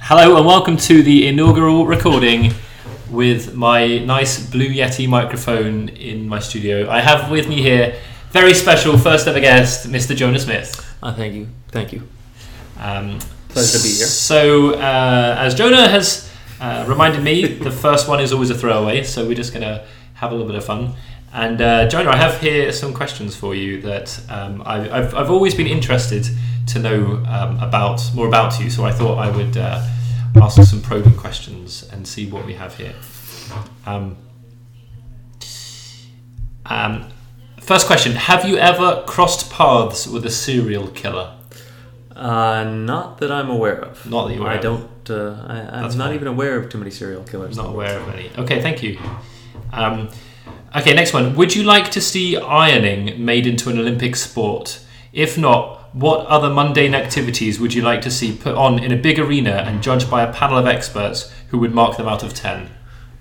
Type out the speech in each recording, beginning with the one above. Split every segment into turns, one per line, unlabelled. Hello and welcome to the inaugural recording with my nice Blue Yeti microphone in my studio. I have with me here very special first ever guest, Mr. Jonah Smith.
Uh, thank you. Thank you.
Um,
Pleasure to be here.
So, uh, as Jonah has uh, reminded me, the first one is always a throwaway, so we're just going to have a little bit of fun. And uh, Jonah, I have here some questions for you that um, I, I've, I've always been interested to know um, about more about you. So I thought I would uh, ask some probing questions and see what we have here. Um, um, first question: Have you ever crossed paths with a serial killer?
Uh, not that I'm aware of.
Not that you're aware
I
of.
don't. Uh, I, I'm
That's
not
fine.
even aware of too many serial killers.
Not aware of any. Okay, thank you. Um, okay, next one. Would you like to see ironing made into an Olympic sport? If not, what other mundane activities would you like to see put on in a big arena and judged by a panel of experts who would mark them out of 10?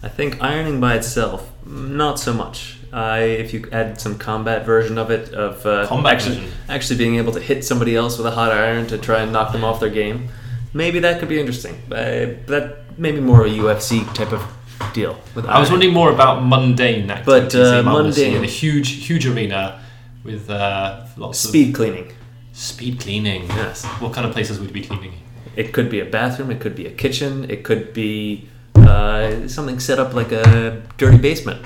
I think ironing by itself, not so much. I, if you add some combat version of it, of uh,
Combat
actually,
version.
actually being able to hit somebody else with a hot iron to try and knock them off their game, maybe that could be interesting. Uh, that maybe more a UFC type of deal. With
I was
ironing.
wondering more about mundane activities.
uh,
that you might wanna see
mundane-
In a huge, huge arena with uh, lots
speed cleaning.
of speed cleaning.
Yes.
What kind of places would you be cleaning?
It could be a bathroom. It could be a kitchen. It could be uh, something set up like a dirty basement.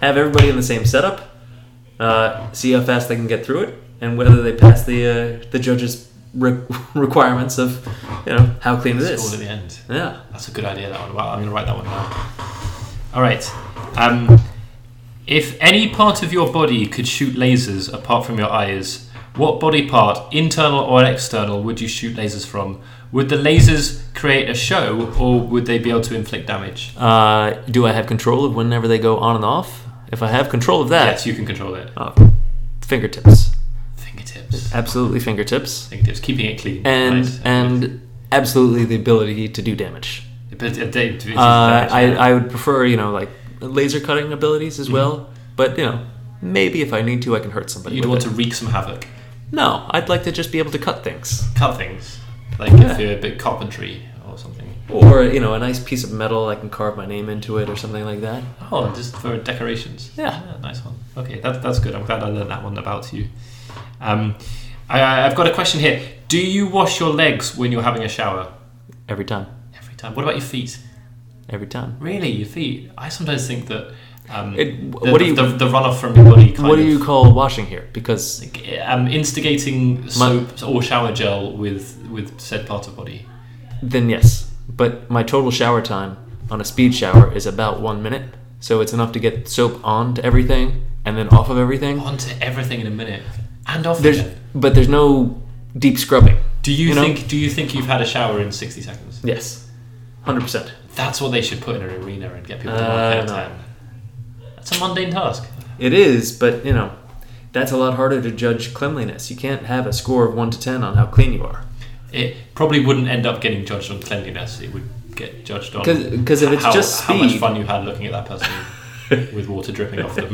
Have everybody in the same setup. Uh, see how fast they can get through it, and whether they pass the uh, the judge's re- requirements of you know how clean it
All at
is.
the end.
Yeah.
That's a good idea. That one. Wow, I'm going to write that one down. All right. Um, if any part of your body could shoot lasers apart from your eyes, what body part, internal or external, would you shoot lasers from? Would the lasers create a show, or would they be able to inflict damage?
Uh, do I have control of whenever they go on and off? If I have control of that,
Yes, you can control it.
oh, fingertips,
Fingertips.
absolutely fingertips,
Fingertips. Keeping it clean.
and
Nice.
and absolutely the ability to do damage.
But, uh, they- it's just
Uh,
damage,
I,
yeah. Mm-hmm.
I would prefer, you know, like laser cutting abilities as well. But you know, maybe if I need to, I can hurt somebody.
You'd
with
want
it.
to wreak some havoc,
No, I'd like to just be able to cut things,
cut things, like if
Yeah.
you're a bit carpentry or something.
or you know, a nice piece of metal I can carve my name into it, or something like that.
Oh, just for decorations.
Yeah.
nice one. Okay, that's that's good. I'm glad I learned that one about you. Um, I, I- I've got a question here. Do you wash your legs when you're having a shower?
Every time,
Every time. What about your feet?
every time.
Really, your feet? I sometimes think that. Um,
It-
the,
what do you-
the, the runoff from your body? Kind
what
of,
do you call washing here? Because
Um, instigating soap or shower gel with with said part of body.
then yes, but my total shower time on a speed shower is about one minute, so it's enough to get soap on to everything and then off of everything.
Onto everything in a minute and off
There's
again.
but there's no deep scrubbing.
Do you,
you know-
think? Do you think you've had a shower in sixty seconds?
Yes, hundred percent.
That's what they should put in an arena and get people to
Uh,
mark out
no.
time. That's a mundane task.
It is, but you know, that's a lot harder to judge cleanliness. You can't have a score of one to ten on how clean you are,
It probably wouldn't end up getting judged on cleanliness. It would get judged on
'Cause- 'cause if it's
how,
just
how much
speed-
fun you had looking at that person with water dripping off them.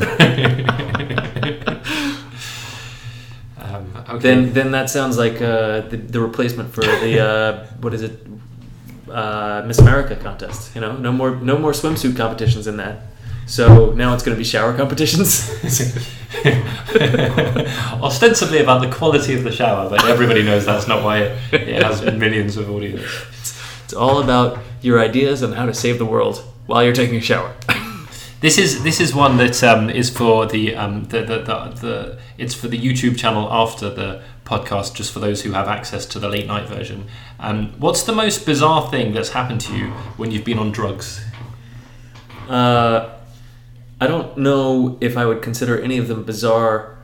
um, okay.
Then, then that sounds like uh, the, the replacement for the uh, what is it, uh, Miss America contest. You know, no more no more swimsuit competitions in that. So now it's going to be shower competitions.
Ostensibly about the quality of the shower, but everybody knows that's not why it, it has millions of audience.
it's all about your ideas on how to save the world while you're taking a shower.
This is this is one that um, is for the, um, the, the the the it's for the YouTube channel after the podcast, just for those who have access to the late night version. Um, what's the most bizarre thing that's happened to you when you've been on drugs?
Uh, I don't know if I would consider any of them bizarre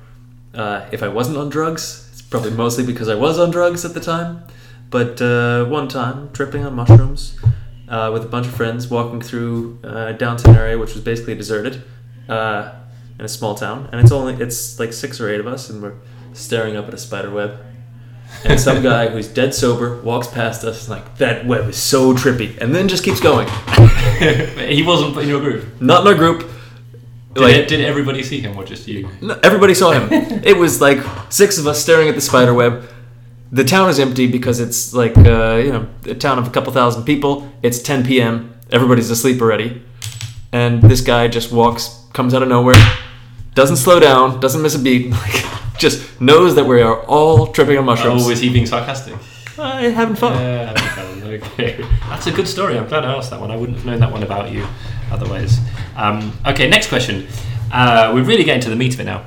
uh, if I wasn't on drugs. It's probably mostly because I was on drugs at the time. But uh, one time, tripping on mushrooms uh, with a bunch of friends, walking through uh, downtown area, which was basically deserted, uh, in a small town, and it's only it's like six or eight of us, and we're staring up at a spider web. And some guy who's dead sober walks past us, like that web is so trippy, and then just keeps going.
he wasn't in your group.
Not in our group.
Did,
Like-
it- did everybody see him or just you?
No, everybody saw him. it was like six of us staring at the spider web. the town is empty because it's like uh, you know a town of a couple thousand people. It's 10 p.m. Everybody's asleep already, and this guy just walks, comes out of nowhere, doesn't slow down, doesn't miss a beat, like just knows that we are all tripping on mushrooms.
Oh, is he being sarcastic?
Uh, having fun.
Yeah, that'd be fun. okay. That's a good story. I'm glad I asked that one. I wouldn't have known that one about you otherwise. Um, okay, next question. Uh, we're really getting to the meat of it now.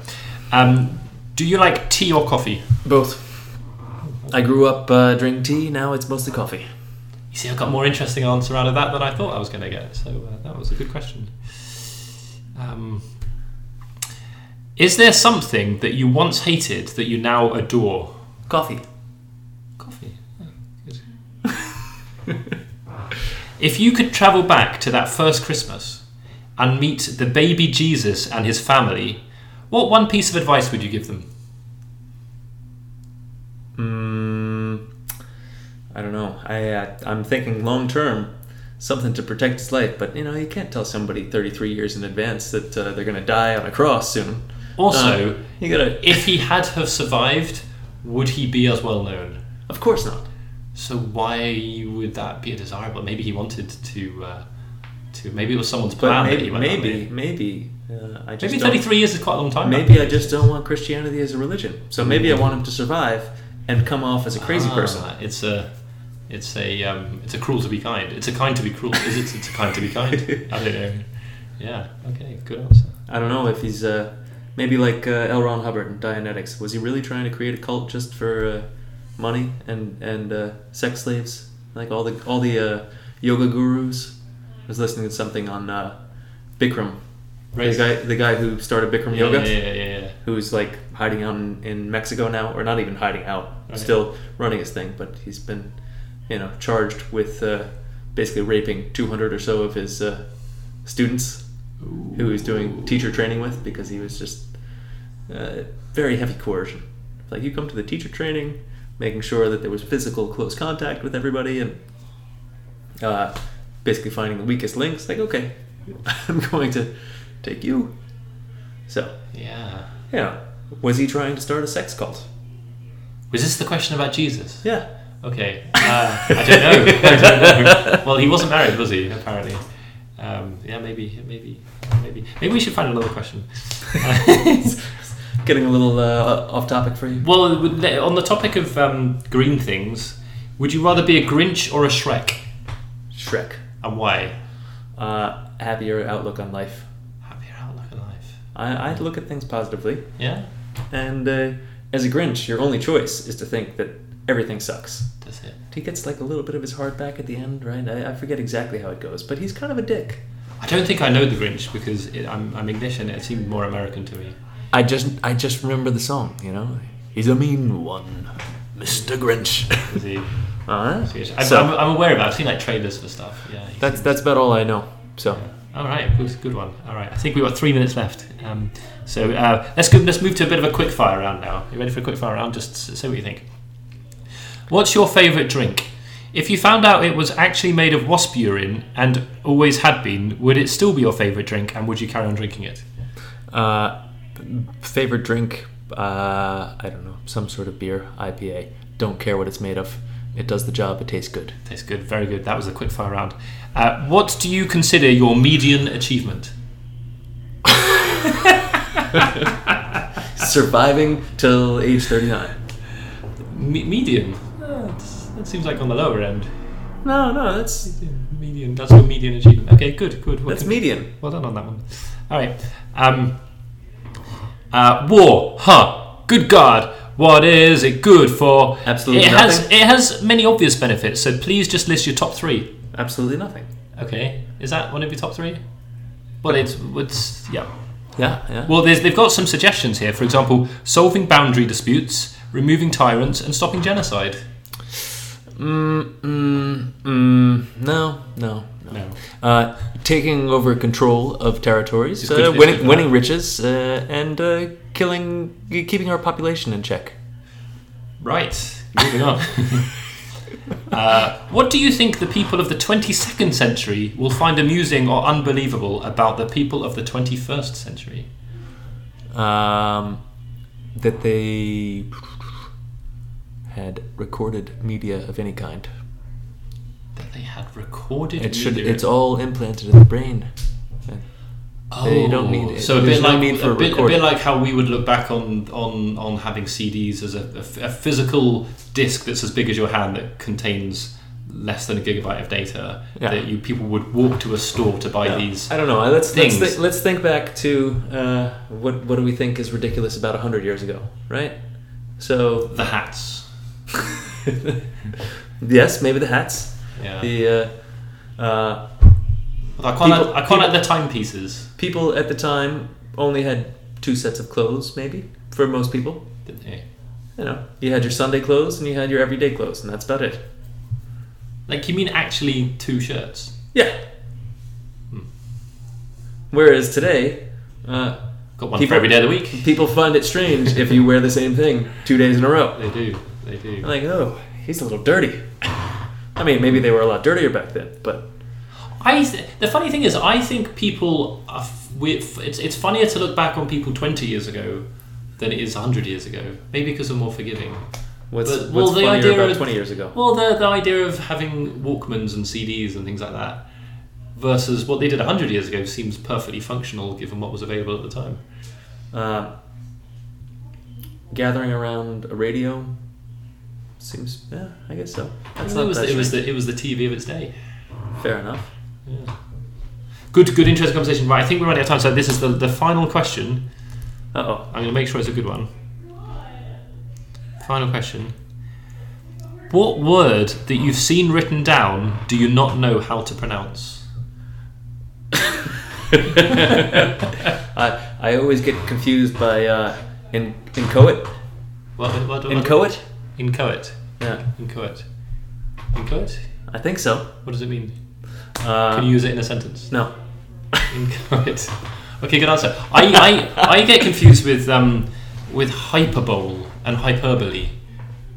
Um, do you like tea or coffee?
Both. I grew up uh, drinking tea. Now it's mostly coffee.
You see, I got a more interesting answer out of that than I thought I was going to get. So uh, that was a good question. Um, is there something that you once hated that you now adore?
Coffee.
Coffee. Oh, good. if you could travel back to that first Christmas and meet the baby Jesus and his family, what one piece of advice would you give them?
Mm, I don't know. I uh, I'm thinking long term, something to protect his life. But you know, you can't tell somebody 33 years in advance that uh, they're gonna die on a cross soon.
Also,
Um, you gotta.
if he had have survived, would he be as well known?
Of course not.
So why would that be desirable? Maybe he wanted to. Uh, to maybe it was someone's
But
plan. that
maybe,
he went that way.
maybe, maybe. Uh, I just
Maybe
don't-
33 years is quite a long time.
Maybe I just don't want Christianity as a religion. So maybe I want him to survive and come off as a crazy
Ah,
person.
It's a, it's a, um, it's a cruel to be kind. It's a kind to be cruel. Is it? It's a kind to be kind. I don't know. Yeah. Okay. Good answer.
I don't know if he's uh, maybe like uh, L. Ron Hubbard in Dianetics. Was he really trying to create a cult just for uh, money and and uh, sex slaves? Like all the all the uh, yoga gurus. I was listening to something on uh, Bikram, the guy the guy who started Bikram
Yeah,
yoga,
Yeah, yeah, yeah. yeah.
who's like hiding out in, in Mexico now, or not even hiding out,
Right.
still running his thing, but he's been you know charged with uh, basically raping 200 or so of his uh, students who he was doing teacher training with because he was just uh, very heavy coercion. Like you come to the teacher training, making sure that there was physical close contact with everybody, and uh, basically finding the weakest links. Like okay, I'm going to take you. So
Yeah.
you know, was he trying to start a sex cult?
Was this the question about Jesus?
Yeah.
Okay. Uh, I don't know. I don't know. Well, he wasn't married, was he? Apparently. Um, yeah. Maybe. Maybe. Maybe. Maybe we should find another question.
Getting a little uh, off topic for you.
Well, it would- on the topic of um, green things, would you rather be a Grinch or a Shrek,
Shrek.
and why?
Uh, happier outlook on life.
Happier outlook on life.
I, I look at things positively,
Yeah,
and uh, as a Grinch, your only choice is to think that everything sucks.
that's it.
He gets like a little bit of his heart back at the end, right? I, I forget exactly how it goes, but he's kind of a dick.
I don't think I know the Grinch because it, I'm, I'm English and it seemed more American to me.
I just I just remember the song, you know. He's a mean one, Mr. Grinch.
Is he-
All
is he-
right.
I'm, I'm, I'm aware about. it. I've seen like trailers for stuff. Yeah. he
that's
seems-
that's about all I know. So.
All right, good, good one. All right, I think we've got three minutes left. Um, so uh, let's go, let's move to a bit of a quick fire round now. You ready for a quick fire round? Just s- say what you think. What's your favourite drink? If you found out it was actually made of wasp urine and always had been, would it still be your favourite drink and would you carry on drinking it?
Uh, favorite drink? Uh, I don't know. Some sort of beer, IPA. Don't care what it's made of. It does the job. It tastes good.
That's good, very good. That was a quick fire round. Uh, what do you consider your median achievement?
Surviving till age 39.
Me- median? Uh, that's- that seems like on the lower end.
No, no, that's
Median, that's your median achievement. Okay, good, good. We'll
that's
continue.
median.
Well done on that one. All right. Um, uh, war, huh? Good God, what is it good for?
Absolutely
it has
nothing.
it has many obvious benefits. So please just list your top three.
Absolutely nothing.
Okay, is that one of your top three? Well, it's it's yeah.
Yeah, yeah.
Well, there's, they've got some suggestions here. For example, solving boundary disputes, removing tyrants, and stopping genocide.
Mm, mm, mm, no, no, no.
No.
Uh, taking over control of territories,
It's good
uh,
to-
winning, winning riches, uh, and uh, killing, keeping our population in check.
Right, moving on. uh, what do you think the people of the 22nd century will find amusing or unbelievable about the people of the 21st century?
um, that they had recorded media of any kind.
That they had recorded.
It should.
media.
It's all implanted in the brain. And
Oh,
they don't need it.
So a
There's
bit
no
like
need for
a, bit, a
recording.
bit like how we would look back on on on having CDs as a, a f- a physical disc that's as big as your hand that contains less than a gigabyte of data.
Yeah.
That you people would walk to a store to buy
Yeah.
these.
I don't know. Let's let's,
things.
thi- let's think back to uh, what what do we think is ridiculous about hundred years ago, right? So
The hats.
yes, maybe the hats.
Yeah.
The uh, uh,
Although I quite
people-
like, I quite like
people-
the timepieces,
people at the time only had two sets of clothes, maybe for most people.
didn't they?
You know, you had your Sunday clothes and you had your everyday clothes, and that's about it.
Like you mean actually two shirts?
Yeah.
Hmm.
Whereas today, uh,
Got one
People-
for every day of the week.
people find it strange if you wear the same thing two days in a row.
They do. They do.
Like, oh, he's a little dirty. I mean, maybe they were a lot dirtier back then, but
I th- the funny thing is, I think people are f- we f- it's it's funnier to look back on people twenty years ago than it is hundred years ago. Maybe because they're more forgiving.
what's,
But, well,
what's
the
funnier
idea
about
of-
20 years ago?
Well, the the idea of having Walkmans and CDs and things like that versus what they did hundred years ago seems perfectly functional given what was available at the time.
Uh, gathering around a radio seems, yeah, I guess so. That's
it
not
was
that
the, it was
strange.
the it was the TV of its day.
Fair enough.
Yeah. Good, good, interesting conversation. Right, I think we're running out of time, so this is the, the final question.
Uh-oh.
I'm going to make sure it's a good one. Final question. What word that you've seen written down do you not know how to pronounce?
I, I always get confused by uh, in, inchoate.
What, what, what,
Inchoate?
Inchoate.
Yeah,
Inchoate. Inchoate?
I think so.
What does it mean?
Uh,
Can you use it in a sentence?
No.
Inchoate. Okay, good answer. I, I, I get confused with um, with hyperbole and hyperbole.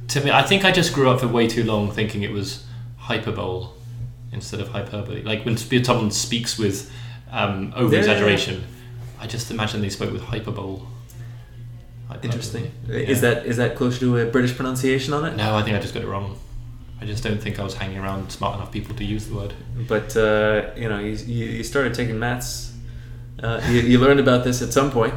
To me, I think I just grew up for way too long thinking it was hyperbole instead of hyperbole. Like when sp- someone speaks with um, over exaggeration, I just imagine they spoke with hyperbole. Hyperbole.
Interesting.
Yeah.
Is that is that closer to a British pronunciation on it?
No, I think I just got it wrong. I just don't think I was hanging around smart enough people to use the word.
But uh, you know, you, you you started taking maths. Uh, you, you learned about this at some point.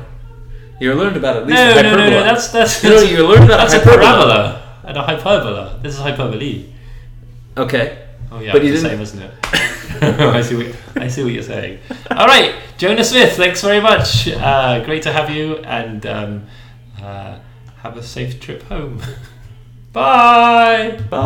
You learned about at least
No, no, no,
hyperbola.
no, that's that's
You know, you learned about
that's a
hyperbola.
parabola and a hyperbola. This is hyperbole.
okay.
Oh yeah,
But
it's
you
the
didn't-
same, isn't it? I see what I see what you're saying. All right, Jonah Smith, thanks very much. Uh, great to have you, and um, uh, have a safe trip home. Bye.